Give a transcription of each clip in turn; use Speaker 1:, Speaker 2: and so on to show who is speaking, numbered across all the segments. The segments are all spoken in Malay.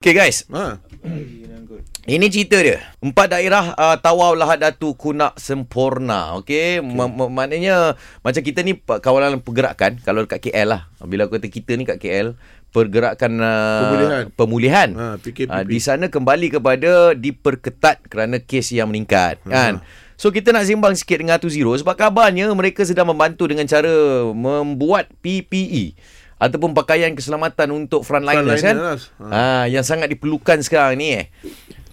Speaker 1: Okay guys,
Speaker 2: Ha.
Speaker 1: ini cerita dia. Empat daerah uh, Tawau, Lahad Datu, Kunak, Sempurna. Okay, okay. maknanya macam kita ni pe- kawalan pergerakan. Kalau dekat KL lah. Bila aku kata kita ni kat KL, pergerakan uh,
Speaker 2: Pemulihan.
Speaker 1: pemulihan.
Speaker 2: Ha, PKPP.
Speaker 1: Ah, di sana kembali kepada diperketat kerana kes yang meningkat. Kan? So kita nak sembang sikit dengan Atu Zero sebab kabarnya mereka sedang membantu dengan cara membuat PPE ataupun pakaian keselamatan untuk frontliners,
Speaker 2: Frontliners,
Speaker 1: kan. Ha. Ah, yang sangat diperlukan sekarang ni eh.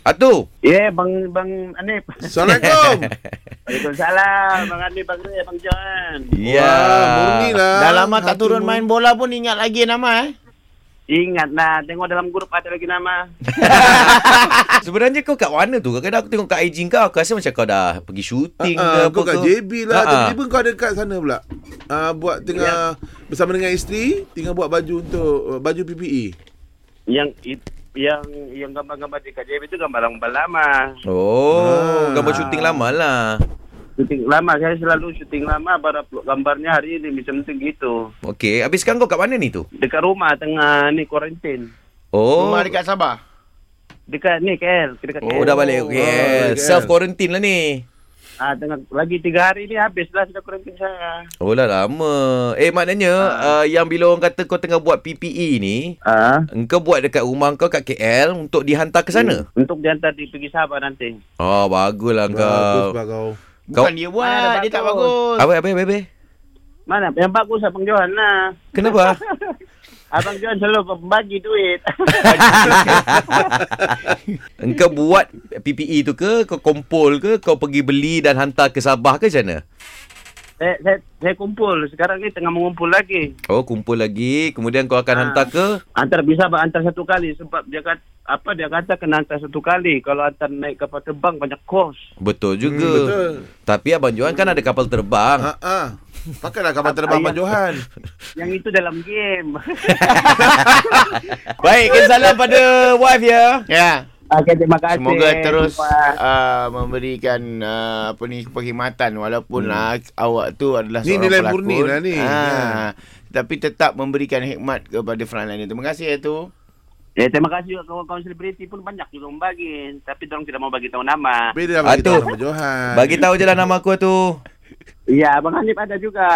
Speaker 1: Atu,
Speaker 3: Ya, yeah, Bang Bang Anif.
Speaker 2: Assalamualaikum. Ha,
Speaker 3: Waalaikumsalam. Bang Anif, Bang Anif, Bang Johan.
Speaker 1: Ya.
Speaker 2: Wah, murni lah.
Speaker 4: Dah lama
Speaker 2: Hatimu.
Speaker 4: tak turun main bola pun ingat lagi nama eh.
Speaker 3: Ingat lah, tengok dalam grup ada lagi nama.
Speaker 1: sebenarnya kau kat mana tu? Kadang-kadang aku tengok kat IG kau, aku rasa macam kau dah pergi syuting
Speaker 2: Ah,
Speaker 1: ke apa
Speaker 2: kau kat
Speaker 1: ke.
Speaker 2: JB lah.
Speaker 1: Ah, ah.
Speaker 2: Tiba-tiba kau ada kat sana pula. Ah,
Speaker 1: Ya.
Speaker 2: buat tengah bersama dengan isteri, tengah buat baju untuk uh, baju PPE.
Speaker 3: Yang it- yang yang gambar-gambar di KJB itu gambar gambar lama.
Speaker 1: Oh,
Speaker 2: Ah.
Speaker 1: gambar syuting lama lah.
Speaker 3: Syuting lama, saya selalu syuting lama baru upload gambarnya hari ini macam tu gitu.
Speaker 1: Okey, habis sekarang kau kat mana ni tu?
Speaker 3: Dekat rumah tengah ni kuarantin.
Speaker 1: Oh,
Speaker 4: Rumah dekat Sabah.
Speaker 3: Dekat ni KL, dekat
Speaker 1: Oh, dah balik. Okay.
Speaker 2: Ah, balik
Speaker 1: Self
Speaker 2: KL.
Speaker 1: quarantine lah ni.
Speaker 3: Ah, tengah lagi tiga hari ni habis lah sudah kuarantin saya.
Speaker 1: Oh lah lama. Eh maknanya
Speaker 4: Ah.
Speaker 1: uh, yang bila orang kata kau tengah buat PPE ni,
Speaker 3: Ah.
Speaker 1: engkau buat dekat rumah kau kat KL untuk dihantar ke sana.
Speaker 3: Untuk dihantar di pergi Sabah nanti.
Speaker 1: Oh baguslah
Speaker 2: Bagus
Speaker 1: kau.
Speaker 2: lah kau.
Speaker 4: Bukan
Speaker 1: Kau-
Speaker 4: dia
Speaker 3: Mana
Speaker 4: buat,
Speaker 3: dah
Speaker 4: dia tak
Speaker 3: bagus.
Speaker 4: bagus.
Speaker 1: Apa apa apa?
Speaker 3: Mana yang bagus Abang Johan lah.
Speaker 1: Kenapa?
Speaker 3: Abang Johan selalu bagi duit.
Speaker 1: engkau buat PPE tu ke kau kumpul ke kau pergi beli dan hantar ke Sabah ke macam mana?
Speaker 3: saya, saya, saya kumpul. Sekarang ni tengah mengumpul lagi.
Speaker 1: Oh kumpul lagi kemudian kau akan
Speaker 3: Ah.
Speaker 1: hantar ke
Speaker 3: Antar bisa ba- antar satu kali sebab dia kata apa dia kata kena antar satu kali. Kalau antar naik kapal terbang banyak kos.
Speaker 1: Betul juga.
Speaker 2: Hmm, betul.
Speaker 1: Tapi abang Johan kan ada kapal terbang.
Speaker 2: Ha ah. Pakailah kapal terbang Abang Johan.
Speaker 3: Yang itu dalam game.
Speaker 1: Baik, kita salam pada wife ya.
Speaker 4: Ya.
Speaker 3: okay, terima kasih.
Speaker 4: Semoga terus
Speaker 3: Jumpa.
Speaker 4: uh, memberikan uh, apa ni perkhidmatan walaupun lah awak tu adalah
Speaker 2: Hmm. Ni
Speaker 4: seorang
Speaker 2: nilai
Speaker 4: pelakon.
Speaker 2: murni lah ni.
Speaker 4: Ah,
Speaker 2: Ya.
Speaker 4: tapi tetap memberikan hikmat kepada frontliner. Terima kasih itu.
Speaker 3: Ya, terima kasih juga kawan-kawan selebriti pun banyak juga membagi. Tapi orang tidak mau bagi tahu nama.
Speaker 2: Beda bagi tahu
Speaker 1: Aduh.
Speaker 2: Abang Johan.
Speaker 1: Bagi tahu
Speaker 3: Ya,
Speaker 1: je lah nama aku tu.
Speaker 3: Iya, Abang Hanif ada juga.